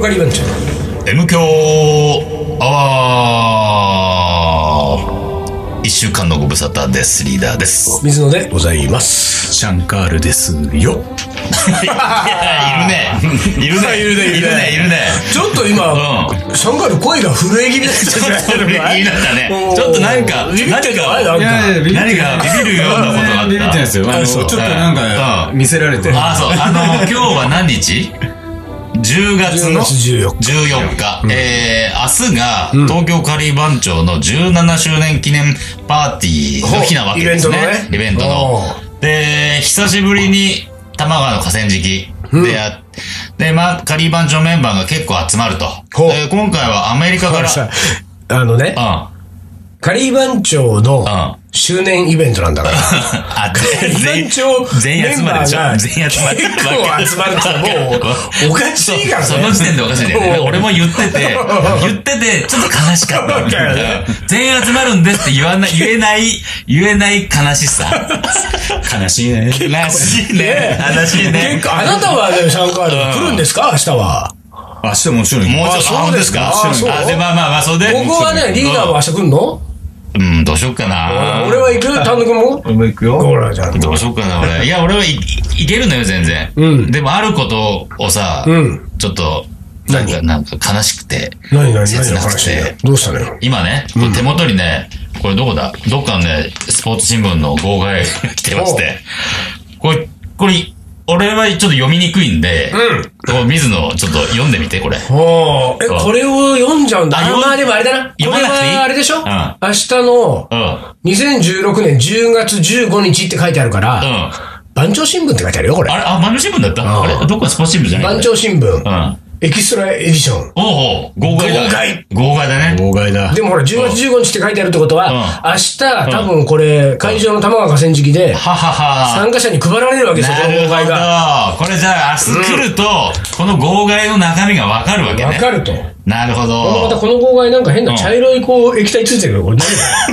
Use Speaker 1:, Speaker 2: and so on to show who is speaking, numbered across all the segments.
Speaker 1: 狩り番長
Speaker 2: M 強アワー一週間のご無沙汰です。リーダーです。
Speaker 1: 水野でございます
Speaker 3: シャンカールです
Speaker 2: い
Speaker 3: よ。
Speaker 2: るね。いるね。いるね。いるね。いるね。
Speaker 1: ちょっと今、
Speaker 2: う
Speaker 1: シャンカール声が震え気味だ
Speaker 2: ちょっ
Speaker 1: っ
Speaker 2: と
Speaker 1: た
Speaker 2: ビビったね。ちょっとなんか、
Speaker 1: ビビって
Speaker 2: 何
Speaker 1: んじゃないなん
Speaker 2: か、
Speaker 1: か
Speaker 2: 何がビビるようなことがあった
Speaker 3: ビビってないですよ。あの、
Speaker 1: あ
Speaker 3: ち
Speaker 1: そ
Speaker 3: ょ
Speaker 1: う
Speaker 3: っとなん
Speaker 2: う
Speaker 3: か、
Speaker 2: ん
Speaker 3: 見せられて。
Speaker 2: あ、そう。あの、今日は何日 ?10 月の
Speaker 1: 14日
Speaker 2: 14日。えー、明日が、東京カリー番長の17周年記念パーティーの日なわけですね
Speaker 1: ほうイベントのね。
Speaker 2: イベントの
Speaker 1: お。
Speaker 2: で、久しぶりに、多摩川の河川敷でやっで、まあ、カリー番長メンバーが結構集まると。
Speaker 1: ほう
Speaker 2: で今回はアメリカか
Speaker 1: あ
Speaker 2: ら、
Speaker 1: のさあのね
Speaker 2: うん。
Speaker 1: カリー番長の
Speaker 2: ん
Speaker 1: 周年イベントなんだ から
Speaker 2: あ、
Speaker 1: 全員
Speaker 2: 全員集まるでしょ
Speaker 1: メンバーが
Speaker 2: 全員集まる。
Speaker 1: 結構集まるってもうおかしいからね
Speaker 2: そうその時点でおかしいんだよね。
Speaker 1: うん
Speaker 2: 俺も言って て、言ってて、ちょっと悲しかったみたいな。全員集まるんですって言わない、言えない、言えない悲しさ。
Speaker 3: 悲しいね。
Speaker 2: 悲しいね。悲しいね。
Speaker 1: 結構あなたはねシャンカール来るんですか明日は
Speaker 3: 明日もちろん。
Speaker 2: もうちょっと、
Speaker 1: あそうですか
Speaker 2: あ
Speaker 1: あ
Speaker 2: 本当
Speaker 1: そう
Speaker 2: あ、で、まあまあまあ、それで。
Speaker 1: ここはねリーダーも明日来んの
Speaker 2: うん、どうしよっかな。
Speaker 1: 俺は行く単独も
Speaker 3: 俺も行くよ。
Speaker 1: ほらじゃあ
Speaker 2: どうしようかな、俺。いや、俺はい、いけるのよ、全然。
Speaker 1: うん
Speaker 2: でも、あることをさ、
Speaker 1: うん
Speaker 2: ちょっと、なんか、なんか悲しくて。
Speaker 1: 何何
Speaker 2: 切
Speaker 1: 何の
Speaker 2: なく
Speaker 1: 話だ
Speaker 2: て
Speaker 1: よ。どうしたのよ
Speaker 2: 今ね、これ手元にね、これどこだどっかのね、スポーツ新聞の号外が来てまして。これ、これ、俺はちょっと読みにくいんで、こう水野、ちょっと読んでみて、これ。
Speaker 1: ああ、え、
Speaker 2: そう
Speaker 1: これを読んじゃうんだ。
Speaker 2: あ
Speaker 1: あ
Speaker 2: 読ん
Speaker 1: まあでもあれだな。これ
Speaker 2: 読まなくていい
Speaker 1: はあれでしょ、
Speaker 2: うん
Speaker 1: 明日の
Speaker 2: うん。うん。
Speaker 1: 2016年10月15日って書いてあるから、
Speaker 2: あ
Speaker 1: 番長新聞って書いてあるよ、これ。
Speaker 2: れ、あ、番長新聞だったあれどっかスポーツ新聞じゃない
Speaker 1: 番長新聞、
Speaker 2: うん。
Speaker 1: エキストラエディション。
Speaker 2: おうおう号外だ。
Speaker 1: 号外。
Speaker 2: 号外だね。
Speaker 3: 妨害だ
Speaker 1: で。もほら、10月15日って書いてあるってことは、
Speaker 2: うん
Speaker 1: 明日、多分これ、会場の玉川河川敷で、
Speaker 2: ははは。
Speaker 1: 参加者に配られるわけですよ、
Speaker 2: な
Speaker 1: こ
Speaker 2: る
Speaker 1: の
Speaker 2: ほ
Speaker 1: 号外が。
Speaker 2: ど。これじゃあ明日来ると、この号外の中身がわかるわけ
Speaker 1: わ
Speaker 2: ね。
Speaker 1: かると。
Speaker 2: なるほど。
Speaker 1: またこの号外なんか変な茶色いこう液体ついてるよ、これ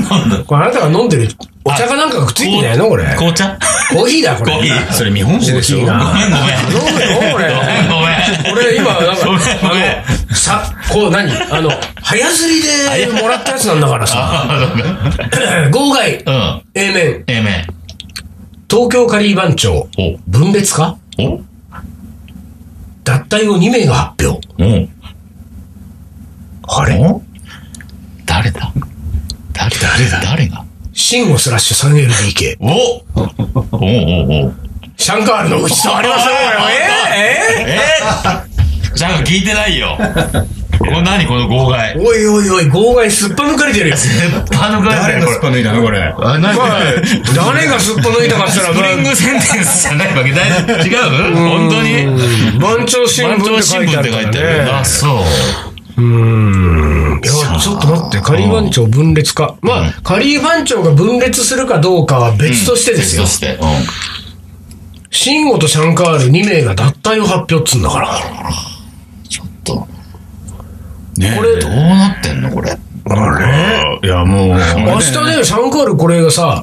Speaker 1: 何
Speaker 2: なんだ
Speaker 1: これあなたが飲んでるお茶かなんかがくっついてんじゃないのこれ。
Speaker 2: 紅茶
Speaker 1: コーヒーだ、これ。
Speaker 2: コーヒー。
Speaker 3: それ日本酒でしょ。
Speaker 1: コーヒーな
Speaker 2: ごめんごめん。
Speaker 1: 飲むよこれ
Speaker 2: ごめんごめん。
Speaker 1: 俺今、なんか、
Speaker 2: ごめんごめん
Speaker 1: あの、さ、こう何あの、早釣りでもらったやつなんだからさ。
Speaker 2: あそうか
Speaker 1: 号外、
Speaker 2: うん。
Speaker 1: A 面、
Speaker 2: ええめ。
Speaker 1: 東京カリー番長、分別化
Speaker 2: おお
Speaker 1: 脱退を2名が発表。
Speaker 2: お
Speaker 1: あれ
Speaker 2: お誰だ誰だ誰が
Speaker 1: シンゴスラッシュ 3LDK。
Speaker 2: おおおおお
Speaker 1: シャンカールのごちそうありましたねこれ。え
Speaker 2: えじゃあ聞いてないよ。これ何この号外
Speaker 1: ー。おいおいおい、号外すっぱ抜かれてるよ。
Speaker 2: あのガ
Speaker 3: 誰がすっぱ抜いたのこれ。
Speaker 2: あ、何
Speaker 1: まあ誰がすっぱ抜いたかって言 っ
Speaker 2: スプ
Speaker 1: た
Speaker 2: リン
Speaker 1: ら、
Speaker 2: グセンテンスじゃないわけだい違う本当に
Speaker 1: 番長新聞
Speaker 2: 番長
Speaker 1: って書い
Speaker 2: 新
Speaker 1: て
Speaker 2: 聞
Speaker 1: あ
Speaker 2: っ
Speaker 1: る
Speaker 2: て
Speaker 1: か
Speaker 2: 書
Speaker 1: ら
Speaker 2: いてあ
Speaker 1: ね
Speaker 2: る。あ、そう。
Speaker 1: いや、ちょっと待って、カリー番長分裂か。ま
Speaker 2: うん
Speaker 1: あ、カリー番長が分裂するかどうかは別としてですよ
Speaker 2: そ。して。
Speaker 1: シンゴとシャンカール2名が脱退を発表っつうんだから。
Speaker 2: ちょっと。
Speaker 3: ね
Speaker 1: これ
Speaker 2: どうなってんのこれ。
Speaker 3: あれいや、もう。
Speaker 1: 明日ね、シャンカールこれがさ、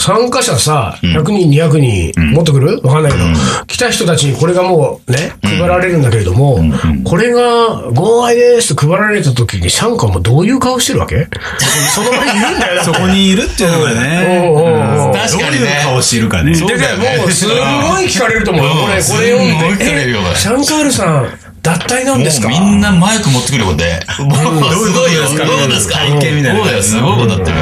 Speaker 1: 参加者さ、100人、200人、もっと来るわかんないけど、来た人たちにこれがもうね、配られるんだけれども、これが、号外ですって配られた時に、シャンカーもどういう顔してるわけその場で言うんだよ。
Speaker 3: そこにいるっていうのがね。
Speaker 1: おうおうおう
Speaker 2: 確かにね
Speaker 3: どういう顔してるかね。
Speaker 2: そうだよね
Speaker 1: もうすごい聞かれると思うよ。
Speaker 2: うん
Speaker 1: これ、これ読ん
Speaker 2: すんごい
Speaker 1: で。
Speaker 2: 聞かれるよ
Speaker 1: えシャンカールさん、脱退なん
Speaker 2: も
Speaker 1: ですか
Speaker 2: うみんなマイク持ってくるよ、これ。もうすごいよ。
Speaker 3: どういうことですか
Speaker 2: どうですか
Speaker 3: 体験みたいな
Speaker 2: そうだよ、すごいことだってる。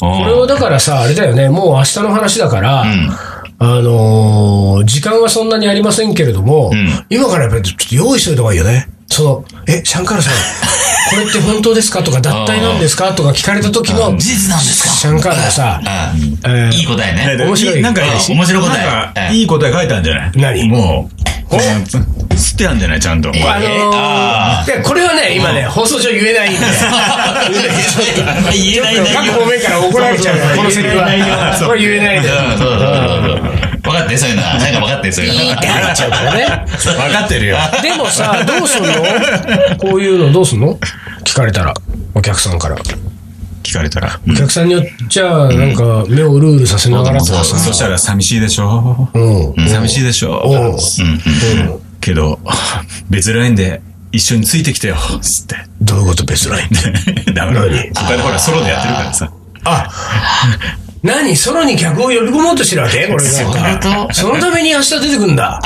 Speaker 1: これをだからさ、あれだよね、もう明日の話だから、あのー時間はそんなにありませんけれども、
Speaker 2: ん
Speaker 1: 今からやっぱりちょっと用意しといた方がいいよね。その、え、シャンカールさん、これって本当ですかとか、脱退なんですかとか聞かれた時の、
Speaker 2: 事実なんですか
Speaker 1: シャンカールがさ、
Speaker 2: あ
Speaker 1: え
Speaker 2: あ
Speaker 1: ー
Speaker 2: いい答え
Speaker 3: ね
Speaker 2: ね。
Speaker 1: 面白い
Speaker 3: なんか、
Speaker 2: うん面白い答え
Speaker 3: なんか
Speaker 2: うん
Speaker 3: いい答え書いたんじゃない
Speaker 1: 何
Speaker 3: もう、吸ってあんじゃないちゃんと。
Speaker 1: あのー
Speaker 2: えーあ
Speaker 1: でこれはね、今ね、放送上言え ないんで、
Speaker 2: 言えない内
Speaker 1: 各
Speaker 2: 容。
Speaker 1: 方面から怒られちゃうから、このセリフは。これ言えないんだよ。
Speaker 2: うんそうそうそうそう。分かって、そういうのは。なんか分かって、そういうのは。
Speaker 1: やられちゃうからね。
Speaker 3: 分かってるよ。
Speaker 1: でもさ、どうすんのこういうのどうすんの聞かれたら、お客さんから。
Speaker 3: 聞かれたら。
Speaker 1: お客さんによっちゃ、なんか、目をうるうるさせながらとか
Speaker 2: そう
Speaker 3: そ
Speaker 1: さ。
Speaker 3: したら寂しいでしょ
Speaker 1: うん。
Speaker 3: 寂しいでし
Speaker 1: おう
Speaker 3: ょ
Speaker 1: うん
Speaker 3: けど、別ラインで一緒についてきてよ、つって。
Speaker 1: どういうこと別ライン
Speaker 3: ダメだ。
Speaker 1: 何
Speaker 3: 他でほら、ソロでやってるからさ。
Speaker 1: あ、何ソロに客を呼び込もうとしてるわけこれなん
Speaker 2: そういうこ
Speaker 1: か。
Speaker 2: と
Speaker 1: そのために明日出てくん だ。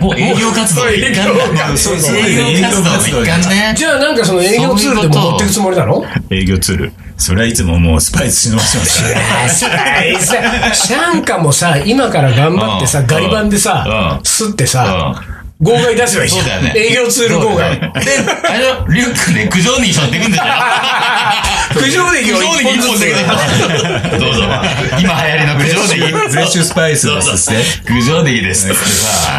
Speaker 2: もう営業活動の一環だ。
Speaker 1: まあ
Speaker 3: そうそう
Speaker 2: 営業活動の一環ね。
Speaker 1: じゃあなんかその営業ツールでも持ってくつもりなの
Speaker 3: 営業ツール。それはいつももうスパイス忍ばしてますからね。
Speaker 1: あさいさシャンカもさ、今から頑張って
Speaker 2: う
Speaker 1: さ、
Speaker 2: ん
Speaker 1: ガリ版でさ
Speaker 2: う、ん
Speaker 1: すってさ、号外出せばいいじ
Speaker 2: そうだ
Speaker 1: ゃ
Speaker 2: よ
Speaker 1: ん。
Speaker 2: ね。
Speaker 1: 営業ツール号
Speaker 2: そうだ
Speaker 1: 外
Speaker 2: よ。ねで、あれだリュックで苦情に持ってくんでしょ
Speaker 1: 苦情で
Speaker 2: 苦情で一本だけど。どうぞ。今流行りの苦情でいい。
Speaker 3: 全種スパイス
Speaker 2: そう
Speaker 3: で
Speaker 2: そう
Speaker 3: すね。
Speaker 2: 苦情でいいです。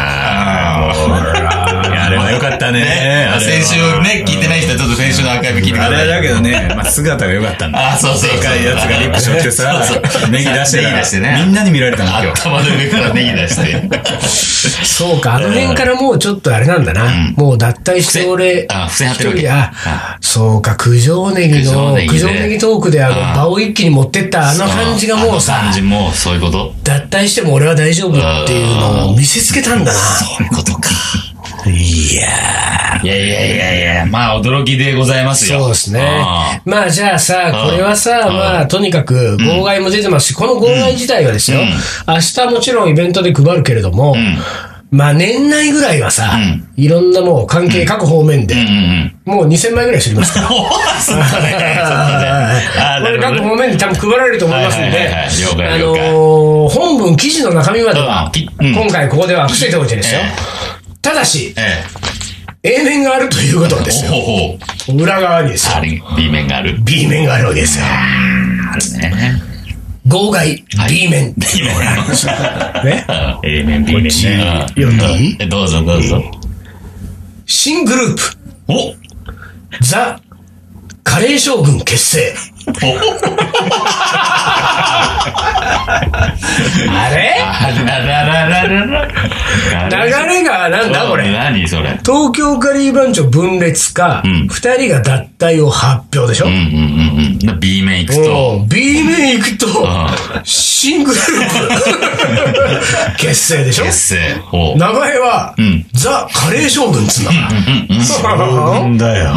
Speaker 2: さ
Speaker 3: いやあれはよかったね。あれは
Speaker 2: 先週ね、聞いてない人はちょっと先週のアーカイブ聞いてくだ
Speaker 3: あ
Speaker 2: さい。
Speaker 3: れだけどね、まあ、姿が良かったんだ。
Speaker 2: あそうそうそう
Speaker 3: でかいやつがリップしょってさ
Speaker 2: そうそ、う
Speaker 3: ネギ出してた
Speaker 2: ネギ
Speaker 3: ら
Speaker 2: 出してね
Speaker 3: みんなに見られたの今日。
Speaker 2: 頭の上からネギ出して。
Speaker 1: そうか、あの辺からもうちょっとあれなんだな。もう脱退して俺、
Speaker 2: あ伏線張ってる
Speaker 1: 一
Speaker 2: わけ
Speaker 1: 人あ、そうか、九条ネギ
Speaker 2: 九条
Speaker 1: の
Speaker 2: ネ、ギで
Speaker 1: 九条ネギトークであの
Speaker 2: あ
Speaker 1: 場を一気に持ってったあの感じがもう
Speaker 2: あの
Speaker 1: さ
Speaker 2: 感、じもうそういうこと。
Speaker 1: 脱退しても俺は大丈夫っていうのを見せつけたんだな。
Speaker 2: そういうことか。
Speaker 1: いや
Speaker 2: いやいやいやいや、まあ驚きでございますよ。
Speaker 1: そうですね
Speaker 2: ああ。
Speaker 1: まあじゃあさ、これはさ、
Speaker 2: うん
Speaker 1: まあとにかく号外も出てますし、この号外自体はですよ、
Speaker 2: うん
Speaker 1: 明日もちろんイベントで配るけれども、
Speaker 2: ん
Speaker 1: まあ年内ぐらいはさ、
Speaker 2: うん
Speaker 1: いろんなもう関係各方面
Speaker 2: うん
Speaker 1: で、
Speaker 2: うんうん。
Speaker 1: もう2000枚ぐらい知りますから。
Speaker 2: お そうだ ね。ああ、なるほ
Speaker 1: 各
Speaker 2: どね。
Speaker 1: 方面に多分配られると思いますん
Speaker 2: はい
Speaker 1: で、
Speaker 2: はいはい了解
Speaker 1: あ
Speaker 2: 了
Speaker 1: の
Speaker 2: 解
Speaker 1: ー本文記事の中身までは、
Speaker 2: うんうん
Speaker 1: 今回ここでは伏せておいてですよ。
Speaker 2: え
Speaker 1: ただし、
Speaker 2: え
Speaker 1: A 面があるということはです
Speaker 2: え。
Speaker 1: よ。
Speaker 2: ほうほう。
Speaker 1: 裏側にですよ
Speaker 2: あ。れ、B 面がある。
Speaker 1: B 面があるわけですよ。
Speaker 2: あるね。
Speaker 1: 号外、B 面。ね。
Speaker 2: A 面、B 面ね。
Speaker 1: 読んでいい
Speaker 2: うんどうぞどうぞ。
Speaker 1: 新グループ、
Speaker 2: お
Speaker 1: ザ・カレー将軍結成。あれ
Speaker 2: あらららららら。
Speaker 1: 流れがなんだこれ。
Speaker 2: 何それ。
Speaker 1: 東京カリー番長分裂か、
Speaker 2: ん
Speaker 1: 二人が脱退を発表でしょ、
Speaker 2: うんうんうんうん。な B 面行くと。
Speaker 1: うん、B 面行くと
Speaker 2: ん、
Speaker 1: 新グループ 結成でしょ
Speaker 2: 結成。ほう。
Speaker 1: 名前は、
Speaker 2: ん
Speaker 1: ザ・カレー将軍っつうんだから。
Speaker 3: んだよ。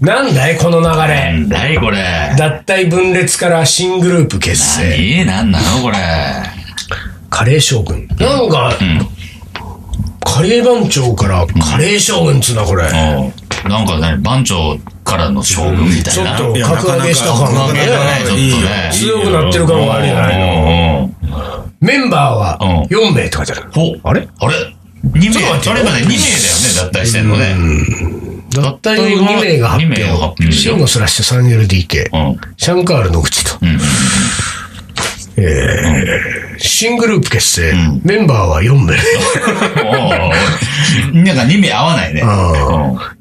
Speaker 1: なんだいこの流れ。
Speaker 2: 何これ。
Speaker 1: 脱退分裂から新グループ結成。
Speaker 2: え、なんなのこれ。
Speaker 1: カレー将軍。なんか、カレー番長からカレー将軍っつうな、これ。
Speaker 2: おなんかね、番長からの将軍みた
Speaker 1: ちょ
Speaker 2: い
Speaker 1: っ
Speaker 2: な。
Speaker 1: と
Speaker 3: いや
Speaker 1: 格上げした感
Speaker 3: な
Speaker 1: が
Speaker 3: か
Speaker 2: なか
Speaker 1: ね
Speaker 2: ね。
Speaker 3: いいよ
Speaker 2: ちょっとね
Speaker 1: 強くなってる感があるじゃないの。
Speaker 2: の。
Speaker 1: メンバーは
Speaker 2: う
Speaker 1: 4名って書いてある。
Speaker 2: おあれあれ ?2 名
Speaker 1: ょっと待って
Speaker 2: あれまで2名だよね、脱退してんのね。
Speaker 1: 脱退を2名が発
Speaker 2: 二名が発
Speaker 1: 表。
Speaker 2: 表
Speaker 1: シンゴスラッシュ 3LDK
Speaker 2: う。ん。
Speaker 1: シャンカール野口と。えー新グループ結成。メンバーは4名。
Speaker 2: おおなんか2名合わないね。
Speaker 1: ん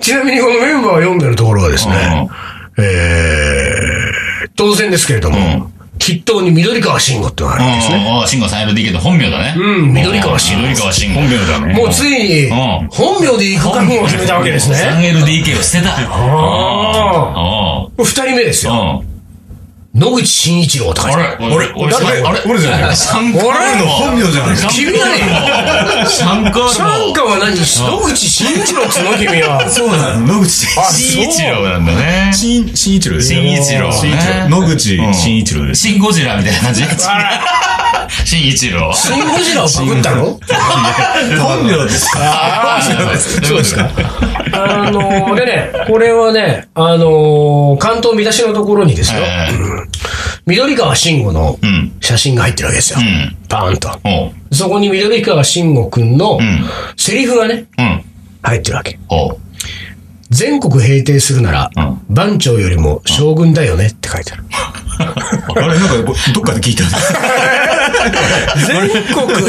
Speaker 1: ちなみにこのメンバーは4名のところはですね、えー当然ですけれども、筆頭に緑川慎吾ってのがあるんですね。
Speaker 2: うん。慎吾さんやるでいいけど、本名だね。
Speaker 1: うん緑川慎吾
Speaker 2: 緑川慎吾。
Speaker 3: 本名だね。
Speaker 1: もうついに
Speaker 2: うん、
Speaker 1: 本名で行く覚悟を決めたわけですね。
Speaker 2: 3LDK を捨てた。
Speaker 1: あ
Speaker 2: お
Speaker 1: 二
Speaker 2: う
Speaker 1: 人目ですよ。
Speaker 2: おう
Speaker 1: 野口真一郎とか。
Speaker 2: あれ俺、俺、
Speaker 1: だって
Speaker 2: あれ
Speaker 3: 俺じゃない
Speaker 2: シャンカールの
Speaker 3: 本名じゃない
Speaker 2: シャン
Speaker 1: 君
Speaker 2: カールの
Speaker 1: だね
Speaker 2: シャンカールの。
Speaker 1: シャンカは何野口真一郎っつうの君は。
Speaker 3: そうなの。野口
Speaker 1: あ
Speaker 2: 新一郎なんだね。
Speaker 3: 新、新一郎ですよ
Speaker 2: 新一郎
Speaker 3: 新一郎野口新一郎です。
Speaker 2: シンゴジラみたいな感じ。新一郎。
Speaker 1: シン・ゴジラをパクったの
Speaker 3: 本名ですか
Speaker 2: ああ、そうですか。
Speaker 1: あのー、でね、これはね、あのー、関東見出しのところにですよ、
Speaker 2: え
Speaker 1: 緑川慎吾の
Speaker 2: ん
Speaker 1: 写真が入ってるわけですよ。
Speaker 2: ん
Speaker 1: バーンと。
Speaker 2: えおう。
Speaker 1: そこに緑川慎吾くんの
Speaker 2: ん
Speaker 1: セリフがね、
Speaker 2: うん。
Speaker 1: 入ってるわけ。
Speaker 2: おう。
Speaker 1: 全国平定するなら、
Speaker 2: う
Speaker 1: 番長よりも将軍だよねって書いてある。
Speaker 3: あれ、なんか、どっかで聞いたんだ。
Speaker 1: 全国平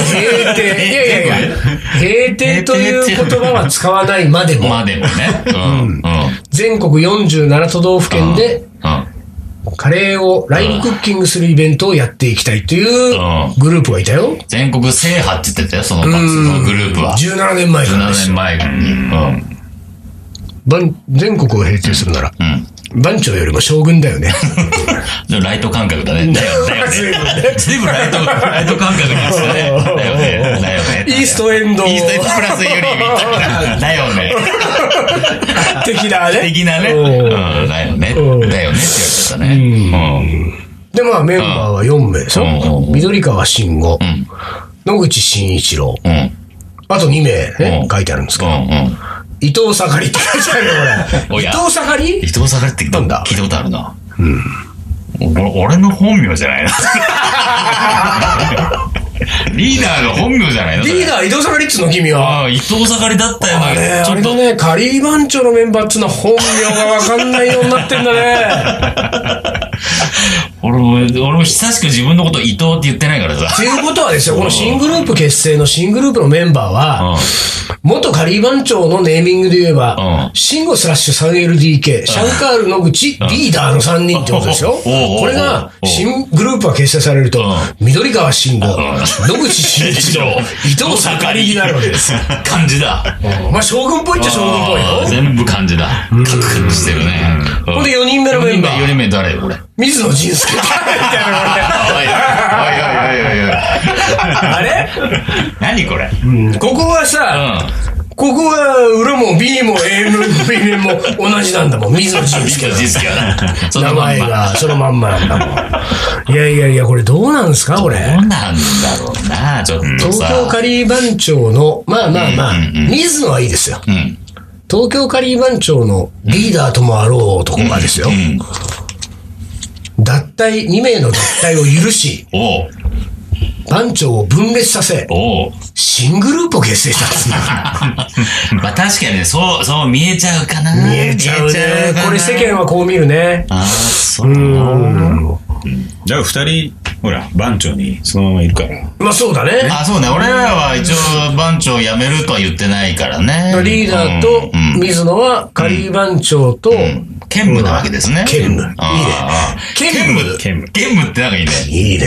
Speaker 1: 定。いやいやいや、平定という言葉は使わないまでも、
Speaker 2: まあ でもね。うん。うん。
Speaker 1: 全国47都道府県で
Speaker 2: う
Speaker 1: カレーをライブクッキングするイベントをやっていきたいという
Speaker 2: うん
Speaker 1: グループがいたよ。
Speaker 2: ん。全国制覇って言ってたよ、そのバンそのグループは。
Speaker 1: 17年前から
Speaker 2: 17
Speaker 1: です
Speaker 2: 年前に。うん。
Speaker 1: 番全国を平定するなら、
Speaker 2: うん。
Speaker 1: 番長よりも将軍だよね。
Speaker 2: でもライト感覚だね。だよ、だよ
Speaker 1: 随分
Speaker 2: ね。随分ライト、ライト感覚でしたね。だよね、だよね。
Speaker 1: イーストエンド
Speaker 2: イーストエンドプラスよりみたいな。だよね。
Speaker 1: 的なね。
Speaker 2: 的なね。
Speaker 1: お
Speaker 2: うん、
Speaker 1: ー
Speaker 2: だよね。だ
Speaker 1: う
Speaker 2: よ
Speaker 1: ん
Speaker 2: ねって言われちゃったね。うん。
Speaker 1: で、まあメンバーは4名でしょ
Speaker 2: うんうん
Speaker 1: 緑川慎吾
Speaker 2: ん、
Speaker 1: 野口慎一郎、
Speaker 2: うん。
Speaker 1: あと2名ね
Speaker 2: うん、
Speaker 1: 書いてあるんですけ
Speaker 2: う
Speaker 1: ど、
Speaker 2: ん。うん。
Speaker 1: 伊藤盛りって書いてあるよ、こ
Speaker 2: お
Speaker 1: れ。伊
Speaker 2: や
Speaker 1: 藤盛り
Speaker 2: 伊藤さがって聞い
Speaker 1: なんだ
Speaker 2: たことあるな。うん。俺の本名じ ゃないな。リーダーの本名じゃないのそれ
Speaker 1: リーダー伊藤盛りっつうの、君は。
Speaker 2: ああ、伊藤盛りだったよ
Speaker 1: あれ、
Speaker 2: な。ち
Speaker 1: あ
Speaker 2: ょ
Speaker 1: れ
Speaker 2: っ
Speaker 1: だ
Speaker 2: と、
Speaker 1: ね、カリー番長のメンバーっつうのは本名がわかんないようになってんだね。
Speaker 2: 俺も、俺も久しく自分のこと伊藤って言ってないから
Speaker 1: って
Speaker 2: さ。
Speaker 1: いうことはですよ、この新グループ結成の新グループのメンバーは、元カリー番長のネーミングで言えば
Speaker 2: う、ん
Speaker 1: シンゴスラッシュ 3LDK、シャンカール野口、リーダーの3人ってことですよ。
Speaker 2: おうおうおう
Speaker 1: これが、
Speaker 2: おう
Speaker 1: 新グループが結成されると、緑川慎吾、野口慎一郎、 伊藤盛りになるわけです。。
Speaker 2: 漢字だ。
Speaker 1: まあ、将軍っぽいっちゃ将軍っぽい
Speaker 2: ああ
Speaker 1: よ。
Speaker 2: 全部漢字だ。書くしてるね。うん
Speaker 1: ほんで4人目のメンバー
Speaker 2: 4人目誰 これ。おい
Speaker 1: 水野仁 介。みたいな
Speaker 2: おいおいおいおいおい。
Speaker 1: あれ
Speaker 2: 何これ。
Speaker 1: ここは
Speaker 2: う
Speaker 1: さ、
Speaker 2: ん。
Speaker 1: ここは裏も B も A も B も同じなんだもん。水野仁
Speaker 2: ビ
Speaker 1: 介
Speaker 2: カ
Speaker 1: だ
Speaker 2: ジスケはな。そ
Speaker 1: 名
Speaker 2: のまん
Speaker 1: 前
Speaker 2: ま。
Speaker 1: がそのまんまなんだもん。いやいやいや、これどうなんですかこれ。
Speaker 2: どうなんだろうな、ちょっと
Speaker 1: 東
Speaker 2: さ。
Speaker 1: 京カリー番長の、まあまあまあ、水野はいいですよ。
Speaker 2: うん。
Speaker 1: 東京カリー番長のリーダーともあろう男がですよ。
Speaker 2: うん。
Speaker 1: 脱退、2名の脱退を許し、
Speaker 2: おう。
Speaker 1: 番長を分裂させ、
Speaker 2: おう。
Speaker 1: 新グループを結成したんですよ。
Speaker 2: まあ確かにね、そう、そう見えちゃうかな。
Speaker 1: 見えちゃう
Speaker 2: 見えちゃうか
Speaker 1: ね。
Speaker 2: な
Speaker 1: これ世。間はこう見るね。
Speaker 2: ああ、そう。
Speaker 3: だから二人、ほら、番長にそのままいるから。
Speaker 1: まあそうだね。
Speaker 2: あ、そうね。俺らは一応番長辞めるとは言ってないからね。
Speaker 1: リーダーと
Speaker 2: うんうん
Speaker 1: 水野はカリー番長と、
Speaker 2: 兼務なわけですね。
Speaker 1: 兼務
Speaker 2: ああ
Speaker 1: いいね兼務
Speaker 2: 兼務。兼務ってなんかいいね。
Speaker 1: いいね。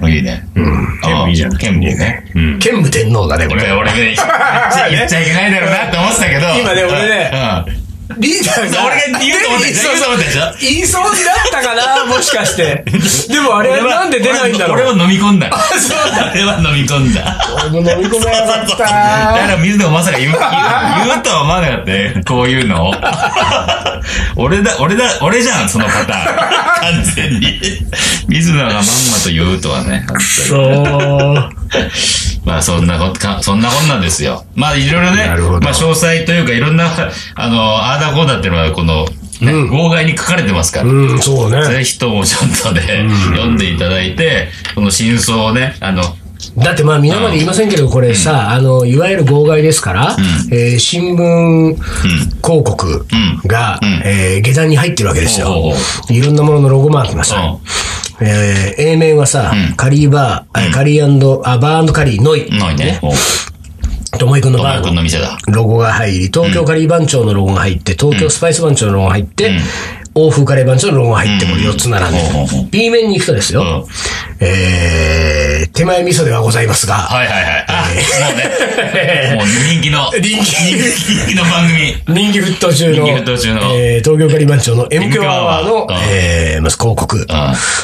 Speaker 2: うんいいね。うん。兼
Speaker 3: 務いいじゃん
Speaker 2: 兼務ね。うん。
Speaker 1: 兼務天皇だね、これ。
Speaker 2: 俺ね、言っち ゃ言っちゃいけないだろうなって思ってたけど。
Speaker 1: 今ね俺ね
Speaker 2: うん。
Speaker 1: リーダーが。
Speaker 2: そう俺が言うと思ったでしょ
Speaker 1: そうそう
Speaker 2: 言うと思ったでしょ
Speaker 1: 言いそうになったかな、もしか して。でもあれ
Speaker 2: 俺は
Speaker 1: なんで出ないんだろう。
Speaker 2: 俺は飲み込んだ。
Speaker 1: そう
Speaker 2: 俺は飲み込んだ。
Speaker 1: 俺も飲み込めなか
Speaker 2: だ
Speaker 1: っ
Speaker 2: から
Speaker 1: た。
Speaker 2: 水野がまさか言う、言う言うとは思わなかったよ。こういうのを。俺だ、俺だ、俺じゃん、そのパターン。完全に。水野がまんまと言うとはね。
Speaker 1: そう。
Speaker 2: まあそんなことか、そんなこんなんですよ。まあいろいろね
Speaker 1: なるほど、
Speaker 2: まあ詳細というかいろんな、あの、ああだこうだっていうのはこの、ね、号外に書かれてますから。
Speaker 1: うん、そうね。
Speaker 2: ぜひともちゃんとね、読んでいただいて、この真相をね、あの、
Speaker 1: だってまあ皆まで言いませんけど、これさ、あの、いわゆる号外ですから、えー新聞広告が、えー下段に入ってるわけです
Speaker 2: おうお
Speaker 1: よ
Speaker 2: う。
Speaker 1: いろんなもののロゴマークがさ
Speaker 2: う、
Speaker 1: えー A 面はさ、カリーバー、あカリーあバーカリーのい、
Speaker 2: ないね。お
Speaker 1: ともいくんの
Speaker 2: お前
Speaker 1: バー
Speaker 2: 君
Speaker 1: の
Speaker 2: の店だ。
Speaker 1: ロゴが入り、東京カリー番長のロゴが入って、東京スパイス番長のロゴが入って、欧風カレー番長のロゴが入って、これ4つ並んで
Speaker 2: うんうんう
Speaker 1: る。B 面に行くとです
Speaker 2: うん。
Speaker 1: よ、えー手前味噌ではございますが、
Speaker 2: はいはいはい。あ、もうね。もう人気の、
Speaker 1: 人気
Speaker 2: 人気の番
Speaker 1: 人
Speaker 2: 組。
Speaker 1: 気沸騰中の、
Speaker 2: 人気沸騰中の
Speaker 1: えー東京カリー番長の M 響アワーの
Speaker 2: うん、
Speaker 1: えーまず広告。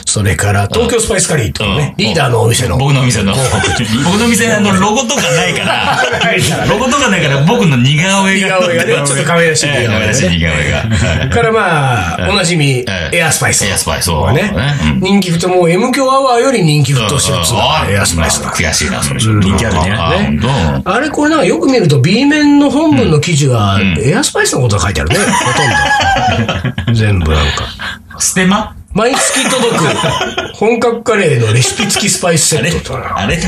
Speaker 1: それから、東京スパイスカリーとかね、
Speaker 2: うん
Speaker 1: リーダーのお店の。
Speaker 2: 僕のお店の。僕のお店のロゴとかないから、ロゴとかないから僕の似顔絵
Speaker 1: 似
Speaker 2: が。
Speaker 1: 顔絵がね、ちょっと可愛らしい似
Speaker 2: ええ
Speaker 1: 顔
Speaker 2: 可
Speaker 1: 絵
Speaker 2: 愛
Speaker 1: が
Speaker 2: らしい
Speaker 1: ね。
Speaker 2: 似顔絵が。はい
Speaker 1: からまあ、おなじみ、
Speaker 2: ええ
Speaker 1: エアスパイス。
Speaker 2: エアスパイスそう
Speaker 1: ね
Speaker 2: ねう。ん
Speaker 1: 人気沸騰、もう M 響アワーより人気沸騰してるっつうの
Speaker 2: あ
Speaker 1: エアスパイスが。
Speaker 2: 悔しいな、それちょっと。
Speaker 3: 人気あるね
Speaker 2: あ本当
Speaker 1: あれこれなんかよく見ると B 面の本文の記事は、エアスパイスのことが書いてあるね。ほ とんど。全部なんか。
Speaker 2: ステマ
Speaker 1: 毎月届く本格カレーのレシピ付きスパイスセ
Speaker 2: あれ
Speaker 1: ットとか。
Speaker 2: あれ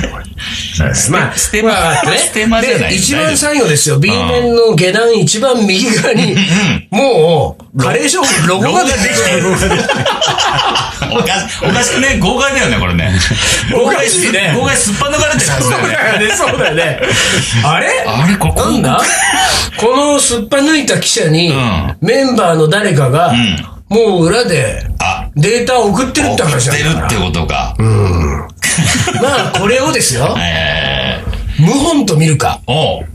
Speaker 1: まあ、
Speaker 2: ステマ
Speaker 1: まあね
Speaker 2: ステマじゃない
Speaker 1: で一番
Speaker 2: 大丈
Speaker 1: 最後ですよ。B 面の下段一番右側に、もう、カレー将軍ロゴ
Speaker 2: ロゴ
Speaker 1: が
Speaker 2: が
Speaker 1: 出て
Speaker 2: でき
Speaker 1: きて
Speaker 2: てる。おかし、おかしくね、豪快だよね、これね。
Speaker 1: おかしいね
Speaker 2: 豪快すっぱ抜かれてるはず
Speaker 1: そ
Speaker 2: だ
Speaker 1: う
Speaker 2: よね。
Speaker 1: だよね、そうだよね。あれ
Speaker 2: あれこれ
Speaker 1: なんだこのすっぱ抜いた記者に
Speaker 2: ん、
Speaker 1: メンバーの誰かが、もう裏で
Speaker 2: あ、
Speaker 1: データを送ってるって話
Speaker 2: 送
Speaker 1: なん
Speaker 2: って
Speaker 1: だか
Speaker 2: るってことか。
Speaker 1: ら。まあ、これをですよ、
Speaker 2: ええ。
Speaker 1: 無本と見るか、
Speaker 2: おう。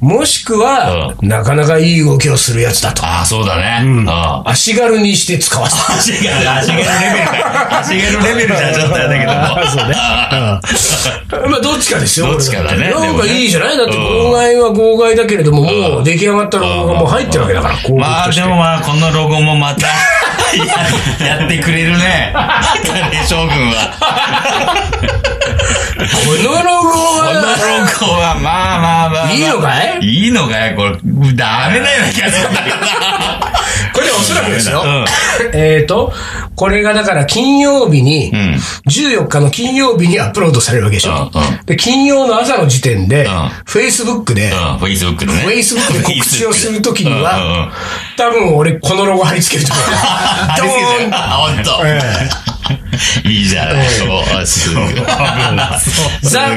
Speaker 1: もしくは、
Speaker 2: う
Speaker 1: なかなかいい動きをするやつだと。
Speaker 2: ああ、そうだね。うん。足
Speaker 1: 足軽にして使わせた。
Speaker 2: が、足がレベルだ。足がレベルじゃちょっとあれだけども。
Speaker 1: まあ、どっちかですよ。
Speaker 2: どっちかだね
Speaker 1: 俺はな
Speaker 2: で
Speaker 1: ん
Speaker 2: も
Speaker 1: か
Speaker 2: ね
Speaker 1: いいじゃないだって、
Speaker 2: うん
Speaker 1: 号外は号外だけれども、もう出来上がったロゴがもう入ってるわけだから、広告
Speaker 2: まあ
Speaker 1: とし
Speaker 2: で
Speaker 1: て
Speaker 2: もまあこのロゴもまたややってくれるねカレー将軍は
Speaker 1: このロゴ
Speaker 2: このロ
Speaker 1: は、
Speaker 2: ゴはまあまあまあまあ
Speaker 1: いいのかい
Speaker 2: いいのかいこれダメなような気がするんだけど
Speaker 1: これでおそらくですよ。
Speaker 2: な
Speaker 1: えっと、これがだから金曜日に、
Speaker 2: うん
Speaker 1: 14日の金曜日にアップロードされるわけでしょ
Speaker 2: うんう。
Speaker 1: で、金曜の朝の時点で
Speaker 2: ん、
Speaker 1: Facebook で、
Speaker 2: うんフェイスブックのね
Speaker 1: Facebook で告知をするときに
Speaker 2: うんうんうん
Speaker 1: は、多分俺このロゴ貼り付ける と思う
Speaker 2: ありすぎてるあ本当
Speaker 1: え
Speaker 2: いいじゃないそうすごい
Speaker 1: ザ・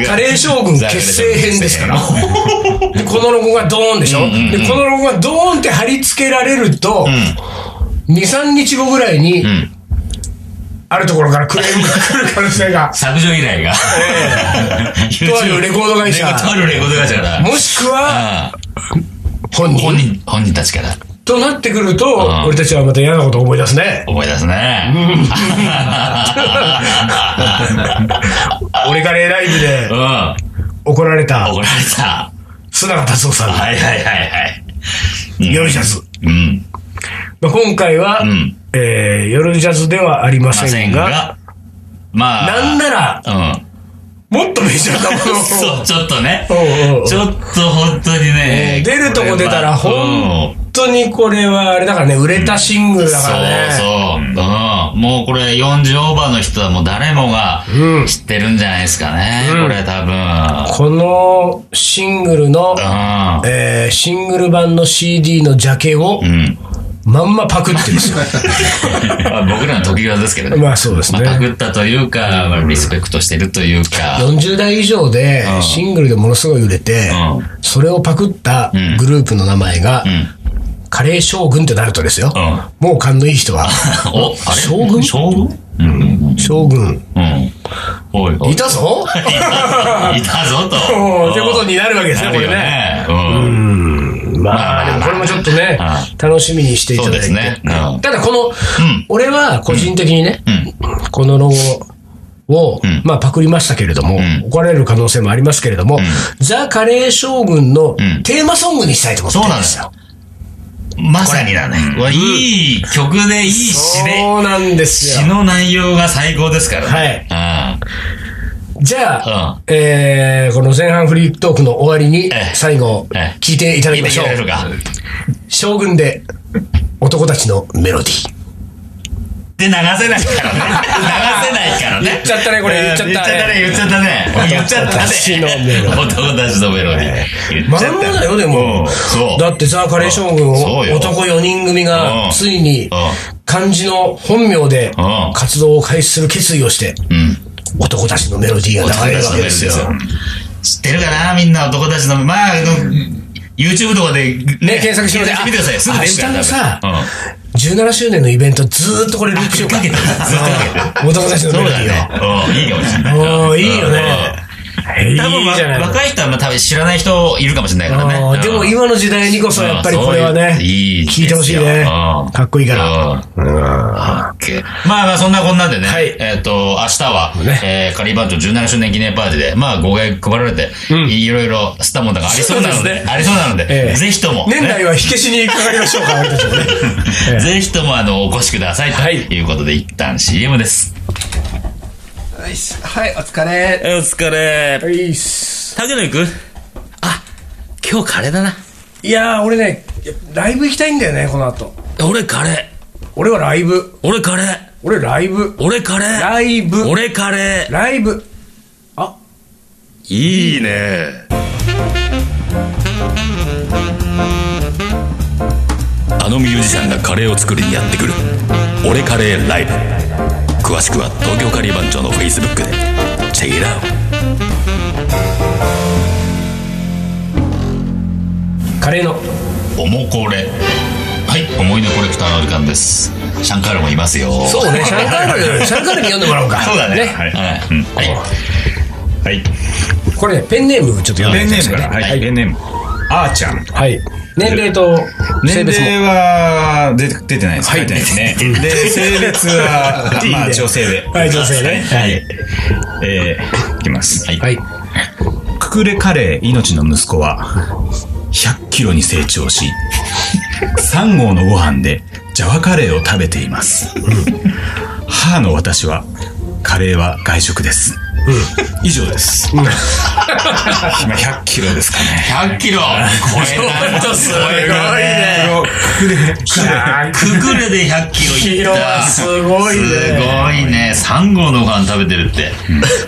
Speaker 1: カレー将軍結成編ですから。でこのロゴがドーンでしょ、
Speaker 2: うんうん
Speaker 1: で、このロゴがドーンって貼り付けられると、2、3日後ぐらいに、
Speaker 2: ん
Speaker 1: あるところからクレームが来る可能性が。
Speaker 2: 削除依頼が
Speaker 1: とあるレコード会社
Speaker 2: レコとあるレコード会社から
Speaker 1: もしくは、
Speaker 2: ああ
Speaker 1: 本人
Speaker 2: 本人本人たちから
Speaker 1: となってくると、
Speaker 2: ん
Speaker 1: 俺たちはまた嫌なことを思い出すね。
Speaker 2: 思い出すね。
Speaker 1: 俺カレーライブで
Speaker 2: うん。怒
Speaker 1: 怒られた、
Speaker 2: られた。
Speaker 1: 須永達夫さん、
Speaker 2: はいはいはいはい。
Speaker 1: 夜ジャズ。
Speaker 2: うん。
Speaker 1: まあ、今回は、
Speaker 2: ん
Speaker 1: えー夜ジャズではありま
Speaker 2: ま
Speaker 1: せ
Speaker 2: せ
Speaker 1: ん
Speaker 2: ん
Speaker 1: が、
Speaker 2: が、まあ。
Speaker 1: なんなら、
Speaker 2: うん。
Speaker 1: もっとメジャーなものを。
Speaker 2: そう、ちょっとね。
Speaker 1: おうおう
Speaker 2: ちょっと本当にね。
Speaker 1: 出るとこ出たら、
Speaker 2: これは
Speaker 1: 本当にこれは、あれだからね、売れたシングルだからね。
Speaker 2: そうそう。うん。もうこれ40オーバーの人はもう誰もが
Speaker 1: うん
Speaker 2: 知ってるんじゃないですかね。
Speaker 1: うん
Speaker 2: これ多分。
Speaker 1: このシングルの、
Speaker 2: うん。
Speaker 1: えーシングル版の CD のジャケを、
Speaker 2: うん。
Speaker 1: まんまパクってるんですよ。
Speaker 2: まあ僕らの時はですけどね。
Speaker 1: まあそうですね
Speaker 2: まあパクったというか、まあリスペクトしてるというか。
Speaker 1: 40代以上で
Speaker 2: うん
Speaker 1: シングルでものすごい売れて、
Speaker 2: う
Speaker 1: それをパクったグループの名前が、
Speaker 2: うん。
Speaker 1: カレー将軍ってなるとですよ、
Speaker 2: うん。
Speaker 1: もう勘のいい人 は、
Speaker 2: お、あれ
Speaker 1: 将軍
Speaker 2: 将軍うん。
Speaker 1: 将軍、
Speaker 2: うん。おいおい。
Speaker 1: いた ぞ
Speaker 2: いたぞと。
Speaker 1: うんってことになるわけですね、
Speaker 2: な
Speaker 1: こ
Speaker 2: る
Speaker 1: れね。
Speaker 2: よね。うん。
Speaker 1: まあ、でもこれもちょっとね、楽しみにしていただいて。
Speaker 2: そうですねうん
Speaker 1: ただ、この、
Speaker 2: ん
Speaker 1: 俺は個人的にね、
Speaker 2: うん。
Speaker 1: このロゴを、
Speaker 2: ん
Speaker 1: まあ、パクりましたけれども、
Speaker 2: ん
Speaker 1: 怒られる可能性もありますけれども、ザ・カレー将軍の
Speaker 2: ん
Speaker 1: テーマソングにしたいと思ってるんですよ。
Speaker 2: まさにだね。うわいい曲でいい詩で。
Speaker 1: そうなんです
Speaker 2: 詩
Speaker 1: よ。
Speaker 2: の内容が最高ですからね。
Speaker 1: じゃあ、
Speaker 2: う
Speaker 1: えーこの前半フリートークの終わりに
Speaker 2: ええ、
Speaker 1: 最後
Speaker 2: ええ、
Speaker 1: 聞いていた
Speaker 2: う
Speaker 1: だ
Speaker 2: ん。
Speaker 1: き
Speaker 2: 今
Speaker 1: ましょ
Speaker 2: 言われ
Speaker 1: う。
Speaker 2: るか。
Speaker 1: 将軍で、男たちのメロディー。
Speaker 2: で流せないからね。流せないからね。
Speaker 1: 言っちゃったねこれ言っちゃった
Speaker 2: 言っちゃったね。言っちゃったね。
Speaker 1: 男たちのメロディー
Speaker 2: 男たちのメロディー。言
Speaker 1: ま
Speaker 2: っちゃ
Speaker 1: ん
Speaker 2: っ
Speaker 1: ま
Speaker 2: たね
Speaker 1: だよ、でも
Speaker 2: うん。そう。
Speaker 1: だってザ・カレー将軍を
Speaker 2: そうよ
Speaker 1: 男4人組
Speaker 2: う
Speaker 1: が
Speaker 2: ん
Speaker 1: ついに
Speaker 2: う
Speaker 1: 漢字の本名で
Speaker 2: うん
Speaker 1: 活動を開始する決意をして
Speaker 2: うん。
Speaker 1: 男たちのメロディーが
Speaker 2: 男
Speaker 1: 流れる
Speaker 2: た
Speaker 1: わ
Speaker 2: ちの
Speaker 1: け
Speaker 2: メロディー
Speaker 1: で
Speaker 2: です
Speaker 1: す
Speaker 2: よ
Speaker 1: よ。。
Speaker 2: 知ってるかなみんな男たちの、まあ、あの YouTube とかでね、
Speaker 1: ね、検索してみて。
Speaker 2: 見てください。すぐ
Speaker 1: あ
Speaker 2: 出
Speaker 1: 明日
Speaker 2: るから。
Speaker 1: のさ
Speaker 2: 多分うん、
Speaker 1: 17周年のイベントずーっとこれループしようか。
Speaker 2: かけてる。ずっとかけて
Speaker 1: うん
Speaker 2: る。
Speaker 1: 男たちのメロデ
Speaker 2: そう
Speaker 1: ィーを。
Speaker 2: だね。うんいいかもしれない。
Speaker 1: もういいよね
Speaker 2: うん。
Speaker 1: 多
Speaker 2: 多分
Speaker 1: 分いいじゃないの
Speaker 2: 若い人はまあ多分知らない人いるかもしれないから
Speaker 1: あ
Speaker 2: ね。う
Speaker 1: ー
Speaker 2: ん
Speaker 1: でも今の時代にこそやっぱりこれはね、
Speaker 2: そういいです
Speaker 1: 聞
Speaker 2: よ
Speaker 1: いてほしいね
Speaker 2: うん。
Speaker 1: かっこいいから。
Speaker 2: うんオッケーまあまあそんなこんなんでね、
Speaker 1: はい
Speaker 2: えっ、と、明日は、
Speaker 1: ね
Speaker 2: えー、カリーバンチョ17周年記念パーティーで、まあ、号外配られて、いろいろ吸ったもんだがありそうなの
Speaker 1: そう
Speaker 2: で、
Speaker 1: ですね
Speaker 2: ありそうなので、
Speaker 1: ええ
Speaker 2: ぜひとも、
Speaker 1: 年内
Speaker 2: ね
Speaker 1: は火消しにかかりましょうか、俺たちもね。ええ
Speaker 2: ぜひともあの、お越しくださいということで、一旦 CM です。
Speaker 4: はいしはい、お疲れ。
Speaker 2: お疲れ。
Speaker 1: いいっす。
Speaker 2: 竹野行くあ、今日カレーだな。
Speaker 1: いやー、俺ね、ライブ行きたいんだよね、この後。
Speaker 2: 俺カレ
Speaker 1: 俺はライブ
Speaker 2: ー。。俺カレー。
Speaker 1: 俺ライブ。
Speaker 2: 俺カレー
Speaker 1: ライブ。
Speaker 2: カレ
Speaker 1: ライブ。
Speaker 2: ー。いいね。
Speaker 5: あのミュージシャンがカレーを作りにやってくる「俺カレーライブ」詳しくは東京カリー番長のフェイスブックでチェックイットアウト
Speaker 1: カレーの。
Speaker 2: おもこれ。はい、思い出コレクターの時間です。シャンカールもいますよ。そう
Speaker 1: そうね、シャンカール、シャンカールに読んでもらおうか。
Speaker 2: そうだね。
Speaker 3: はい
Speaker 2: はい。はい。
Speaker 3: はい。
Speaker 1: これね、ペンネームちょっと読んでもらいた
Speaker 3: ペンネ
Speaker 1: いんで
Speaker 3: ー
Speaker 1: す
Speaker 3: ム
Speaker 1: よ
Speaker 3: か
Speaker 1: ね
Speaker 3: ら。はい。ペンネーム。あーちゃん。
Speaker 1: はい。年齢と性
Speaker 3: 年
Speaker 1: 別も。
Speaker 3: 齢は出て出てないです。書いてないですね。で、性別は、
Speaker 1: いいね
Speaker 3: まあ女性で。
Speaker 1: はい女性ね
Speaker 3: はい。えー、いきます。はい。
Speaker 1: はい。
Speaker 3: ククレカレー命の息子は、100キロに成長し、3合のご飯でジャワカレーを食べています。母の私は、カレーは外食です。以上です。今100キロですかね。
Speaker 2: 100キロ超 えた。すごいね。
Speaker 3: ククレカレー。
Speaker 2: くぐれで100キロいった。
Speaker 1: すごいね
Speaker 2: すごいね。3合のご飯食べてるって。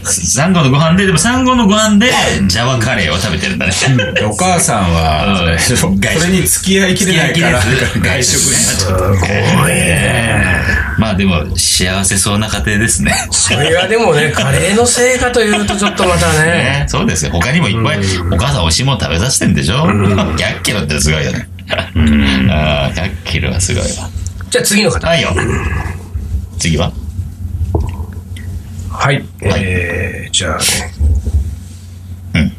Speaker 2: 3合のご飯で、でも3合のご飯で、ジャワカレーを食べてるんだね。
Speaker 3: お母さんは、
Speaker 2: うん
Speaker 3: それそれに付き合いきれないから、外食になっちゃう
Speaker 2: すごいね。まあでも、幸せそうな家庭ですね。
Speaker 1: これがでもね、カレーのせいかというとちょっとまたね。
Speaker 2: ねそうですよ。他にもいっぱい、お母さん美味しいもの食べさせてんでしょ ?100 キロってすごいよね。あー100キロはすごいわ。
Speaker 1: じゃあ次の方。
Speaker 2: はいよ。次は
Speaker 1: はい。
Speaker 2: はい
Speaker 1: えー、じゃあね。
Speaker 2: うん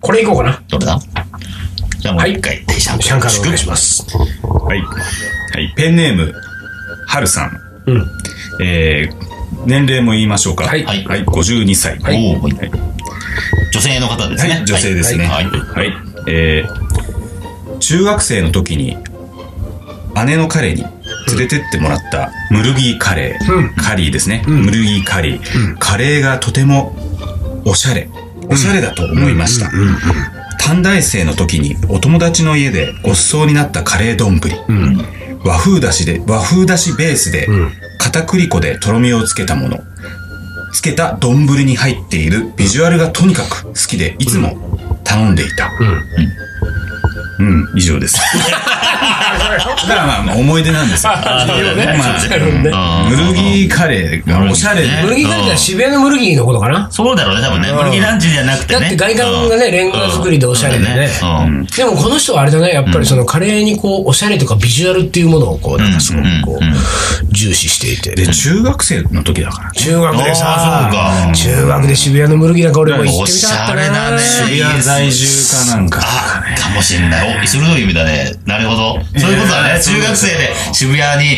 Speaker 1: これいこうかな。
Speaker 2: どれだじゃあもう一回、シャン
Speaker 1: シャンカールお願いし
Speaker 2: す。
Speaker 1: ます。
Speaker 3: はい。はい。ペンネーム、はるさん。
Speaker 1: うん
Speaker 3: えー、年齢も言いましょうか。
Speaker 1: はい
Speaker 2: はい
Speaker 3: はい、52歳。は
Speaker 2: おーはい女性の方ですね。
Speaker 3: はい女性ですね
Speaker 2: はい。
Speaker 3: はい。えー、中学生の時に、姉の彼に連れてってもらった、ムルギーカレー、カリーですね。ムルギーカリー、カレーがとてもおしゃれ、おしゃれだと思いました。短大生の時にお友達の家でごちそうになったカレー丼、和風だしで、和風だしベースで、片栗粉でとろみをつけたもの、つけた丼に入っているビジュアルがとにかく好きで、いつも頼んでいた。うん。うん、以 上です。だからまあまあ思い出なんですよ。
Speaker 1: あなるほどね
Speaker 3: まあ
Speaker 1: なるほどね
Speaker 2: あ
Speaker 3: ムルギーカレーがおしゃれで、
Speaker 1: ムルギーカレーって渋谷のムルギーのことかな。
Speaker 2: そうだろうね、多分ね。ムルギーランチじゃなくて
Speaker 1: だ
Speaker 2: ね。
Speaker 1: って外観がね、レンガ作りでおしゃれでね。
Speaker 2: うん。
Speaker 1: でもこの人はあれだね、やっぱりそのカレーにこう、おしゃれとかビジュアルっていうものをこう、なんかすごくこ
Speaker 2: うんうん
Speaker 1: う、重視していて。
Speaker 3: で、中学生の時だから。
Speaker 1: 中学で
Speaker 2: あ
Speaker 1: さ
Speaker 2: ー、
Speaker 1: 中学で渋谷のムルギーなんか俺も行ってみたかった
Speaker 2: おしゃれだ
Speaker 1: な
Speaker 2: ね。
Speaker 3: 渋谷在住かなんか。
Speaker 2: あ、かもしれない。お、鋭い指だね。なるほど。そういうことだね。中学生で渋谷に、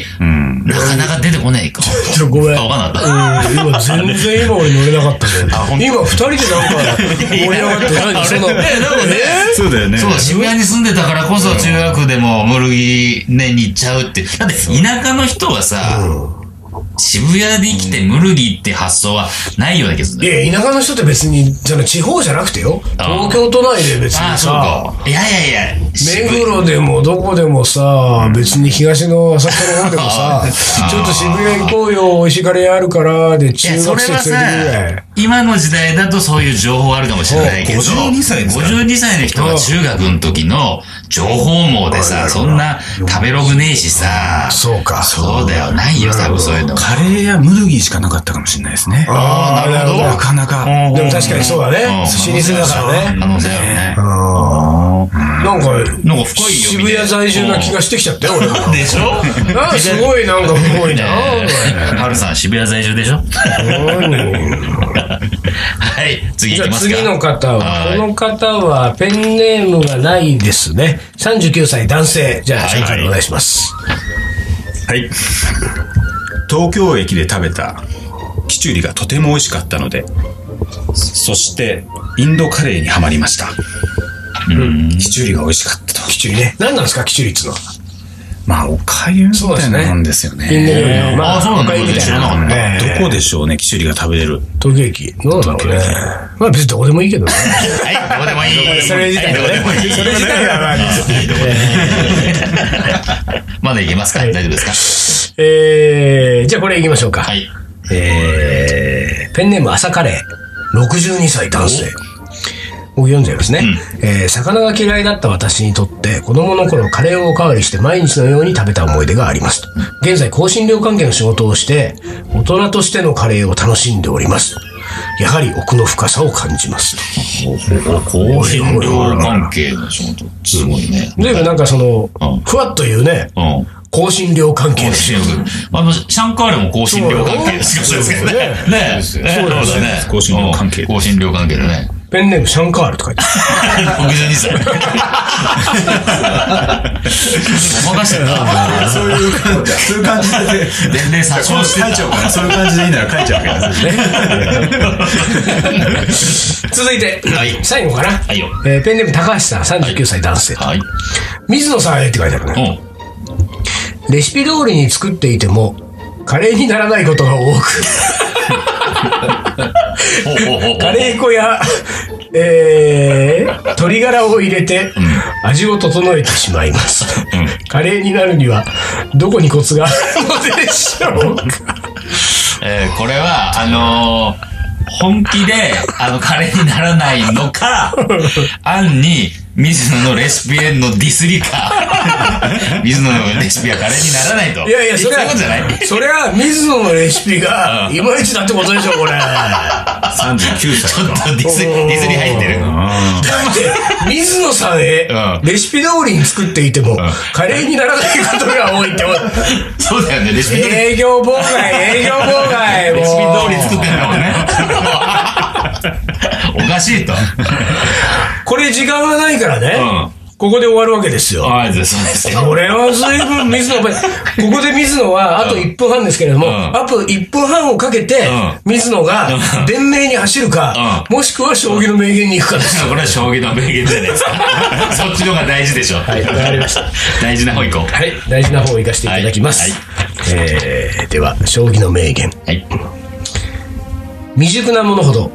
Speaker 2: なかなか出てこないか。
Speaker 1: ちょっとごめん
Speaker 2: あ、。わかんなかった。
Speaker 1: うん今全然今俺乗れなかったね。
Speaker 2: ほんと
Speaker 1: 今二人でなんか盛り上がって何その、
Speaker 2: ねなんかね
Speaker 3: そうだよね。
Speaker 2: そう、渋谷に住んでたからこそ中学でもムルギーねに行っちゃうって。だって田舎の人はさ、渋谷で生きてムルギーって発想はないようだけどね。
Speaker 1: いや、田舎の人って別に、その地方じゃなくてよ。
Speaker 2: あー
Speaker 1: 東京都内で別
Speaker 2: あ
Speaker 1: に
Speaker 2: あ、そう
Speaker 1: さ、
Speaker 2: か。いやいやいや。
Speaker 1: 目
Speaker 2: 渋谷
Speaker 1: 黒でもどこでもさ、別に東の浅草の方でもさ、
Speaker 2: あー
Speaker 1: ちょっと渋谷行こうよ、美味しいカレーあるから、で、
Speaker 2: いや、
Speaker 1: 中
Speaker 2: そ
Speaker 1: 学
Speaker 2: れ
Speaker 1: 生連れて
Speaker 2: は
Speaker 1: く
Speaker 2: さ
Speaker 1: ぐらい。、
Speaker 2: 今の時代だとそういう情報あるかもしれないけど、
Speaker 3: そう52歳ですから
Speaker 2: 52歳の人が中学の時の情報網でさ、そんな食べログねえしさ、
Speaker 1: そうか
Speaker 2: そうだよ、ないよ、多分そういうの。
Speaker 3: カレーやムルギーしかなかったかもしれないですね。
Speaker 1: ああ、なるほ
Speaker 3: な
Speaker 1: ど。
Speaker 3: かなか。
Speaker 2: うん
Speaker 1: でも確かにそうだね。老舗だからね。
Speaker 2: 可能性あるね。
Speaker 1: なんか、
Speaker 2: なんか深いよ。
Speaker 1: 渋谷在住な気がしてきちゃったよ、俺も。
Speaker 2: でしょ
Speaker 1: なん かすごいなんか不いな。
Speaker 2: ハルさん、渋谷在住でしょはい、次
Speaker 1: じ
Speaker 2: 行
Speaker 1: ゃあ
Speaker 2: きますか。
Speaker 1: 次の方は、
Speaker 2: は
Speaker 1: こ
Speaker 2: い
Speaker 1: の方はペンネームがないですね。39歳男性。じゃあ、
Speaker 2: はい
Speaker 1: シャンカルお願いします。
Speaker 3: はい。東京駅で食べたキチュウリがとても美味しかったので、そしてインドカレーにはまりました。キチュウリが美味しかったと。
Speaker 1: キチュリね。何なんですか、キチュリっつうのは。
Speaker 3: まあ、おかゆみたいなもんですよね。
Speaker 1: インド料理の。
Speaker 2: あーそうなんだ
Speaker 1: おかゆみたい
Speaker 2: 知らなかった
Speaker 1: ええ
Speaker 3: どこでしょうね、キチュウリが食べれる。
Speaker 1: 東京駅。どうだろうね。まあ別にどこでもいいけどね。
Speaker 2: はい、どうでもいい。
Speaker 1: それ自体
Speaker 2: はいどうでも
Speaker 1: はい
Speaker 2: い。
Speaker 1: それ自体は まあ別に
Speaker 2: まだいけますか、大丈夫です
Speaker 1: えーじゃあこれ行きましょうか。
Speaker 2: かはい。
Speaker 1: えーペンネーム朝カレー、62歳男性。僕読んじゃいますね、えー魚が嫌いだった私にとって、子供の頃カレーをおかわりして毎日のように食べた思い出がありますと。現在、香辛料関係の仕事をして、大人としてのカレーを楽しんでおります。やはり奥の深さを感じますと。
Speaker 2: 香辛料関係の仕事、すごいね。
Speaker 1: で、なんかその
Speaker 2: うん、
Speaker 1: ふわっというね、
Speaker 2: うん。
Speaker 1: 香辛料関係の仕事。
Speaker 2: あの、シャンカールも香辛料関係ですけどね。ねえ。そうだね。香辛料関係だね。
Speaker 1: ペンネームシャンカールと書いてある。
Speaker 2: 62歳。ごまかしてるな。
Speaker 3: そういう感じ、そういう感 じで。
Speaker 2: 年齢詐
Speaker 3: この
Speaker 2: 称して
Speaker 3: 書いちゃおうかな。そういう感じでいいなら書いちゃうからですね。
Speaker 1: 続いて、
Speaker 2: はい
Speaker 1: 最後かな。
Speaker 2: はいよ。
Speaker 1: えーペンネーム高橋さん、39歳男性。
Speaker 2: はい。
Speaker 1: 水野さんへって書いてあるね。
Speaker 2: おう
Speaker 1: レシピ通りに作っていても、カレーにならないことが多く、
Speaker 2: ほうほうほうほう。
Speaker 1: カレー粉や、えー、鶏ガラを入れて、味を整えてしまいます。カレーになるには、どこにコツがあるのでしょうか。
Speaker 2: えーこれは、あのー本気で、あの、カレーにならないのか、案に、水野のレシピへのディスりか、水野のレシピはカレーにならないと。
Speaker 1: いやいや、それ
Speaker 2: 言ったことじゃない。
Speaker 1: は、それは水野のレシピが、いまいちだってことでしょ、こ れ。
Speaker 3: 39
Speaker 2: ち
Speaker 3: 歳
Speaker 2: ょっとディス、ディスり入ってる。
Speaker 1: 水野さんへ、
Speaker 2: うん
Speaker 1: レシピ通りに作っていても、カレーにならないことが多いって、
Speaker 2: そうだよね、レシピ通り。
Speaker 1: 営業妨害、 営業妨害、もう。
Speaker 2: レシピ通り作ってんだもんね。おかしいと。
Speaker 1: これ時間がないからね、ここで終わるわけですよ。
Speaker 2: はい、そうですよ。
Speaker 1: これは随分水野、ここで水野はあと1分半ですけれども、
Speaker 2: ん
Speaker 1: あと1分半をかけて、水野が弁明に走るか、もしくは将棋の名言に行くかです。
Speaker 2: これは将棋の名言じゃないですか。そっちの方が大事でしょ。はい
Speaker 1: わかりました。
Speaker 2: 大事な方行こう。
Speaker 1: はい、大事な方を生かしていただきます。えーでは、将棋の名言。
Speaker 2: はい。
Speaker 1: 未熟なものほど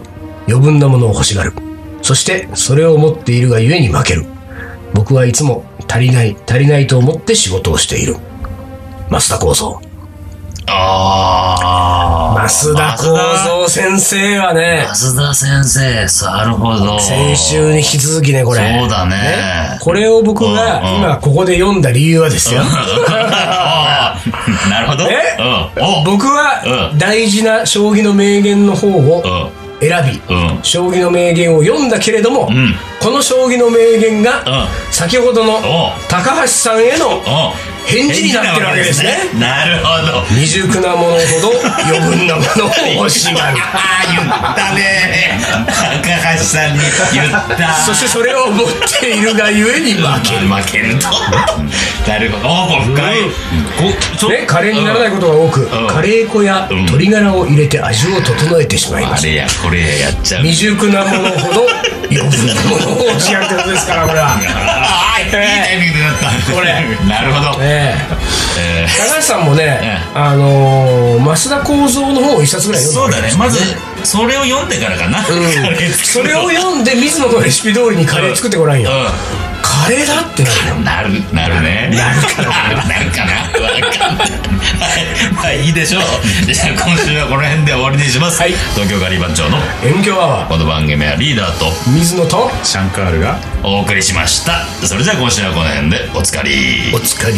Speaker 1: 余分なものを欲しがる。そして、それを持っているがゆえに負ける。僕はいつも足りない、足りないと思って仕事をしている。増田構造。
Speaker 2: ああ。
Speaker 1: 増田構造先生はね、
Speaker 2: 増田先生、そうなるほど。
Speaker 1: 先週に引き続きね、これ。
Speaker 2: そうだね。
Speaker 1: これを僕が
Speaker 2: うんうん
Speaker 1: 今ここで読んだ理由はですよ。
Speaker 2: ああ なるほど。
Speaker 1: え
Speaker 2: うん。
Speaker 1: 僕は
Speaker 2: うん
Speaker 1: 大事な将棋の名言の方を
Speaker 2: お
Speaker 1: 選
Speaker 2: う
Speaker 1: び、
Speaker 2: ん。うん。
Speaker 1: 将棋の名言を読んだけれども
Speaker 2: ん、
Speaker 1: この将棋の名言が
Speaker 2: うん。
Speaker 1: 先ほどの
Speaker 2: お
Speaker 1: 高橋さんへの
Speaker 2: お
Speaker 1: 返事になってるわけですね。
Speaker 2: なるほど。
Speaker 1: 未熟なものほど余分なものを欲し がる。
Speaker 2: ああ、言ったね。高橋さんに言った。
Speaker 1: そしてそれを持っているがゆえに負ける。
Speaker 2: 負けると。 なるほど。おお、深い。こちょ
Speaker 1: ね、カレーにならないことが多く、
Speaker 2: ん
Speaker 1: カレー粉や
Speaker 2: ん
Speaker 1: 鶏ガラを入れて味を整えてしまいま
Speaker 2: あ
Speaker 1: す。
Speaker 2: れや、これや、やっちゃう。
Speaker 1: 未熟なものほ ど余分なものを欲しがるってことですから、これは。
Speaker 2: ああ、いいタイミングでなった。これ。なるほど。
Speaker 1: え
Speaker 2: え
Speaker 1: え高橋さんもね、
Speaker 2: え
Speaker 1: あのー、増田幸三の本を一冊ぐらい
Speaker 2: そ
Speaker 1: 読
Speaker 2: うん
Speaker 1: だ
Speaker 2: だね。まず、それを読んでから かな。カレー
Speaker 1: そ
Speaker 2: 作る
Speaker 1: れを読んで水野のレシピ通りにカレー作ってごらんよ。カレーだってなるよ。
Speaker 2: うん。なる、なるね。なるかな。なるかな。わかんない。はいまあ、いいでしょう。じゃあ、今週はこの辺で終わりにします。
Speaker 1: はい
Speaker 2: 東京ガリバン長の
Speaker 1: 遠距アワ
Speaker 2: この番組はリーダーと
Speaker 1: ー、水野と、
Speaker 3: シャンカールが
Speaker 2: お送りしました。それじゃあ、今週はこの辺でおつかり。
Speaker 1: お疲れ。
Speaker 2: おつかり。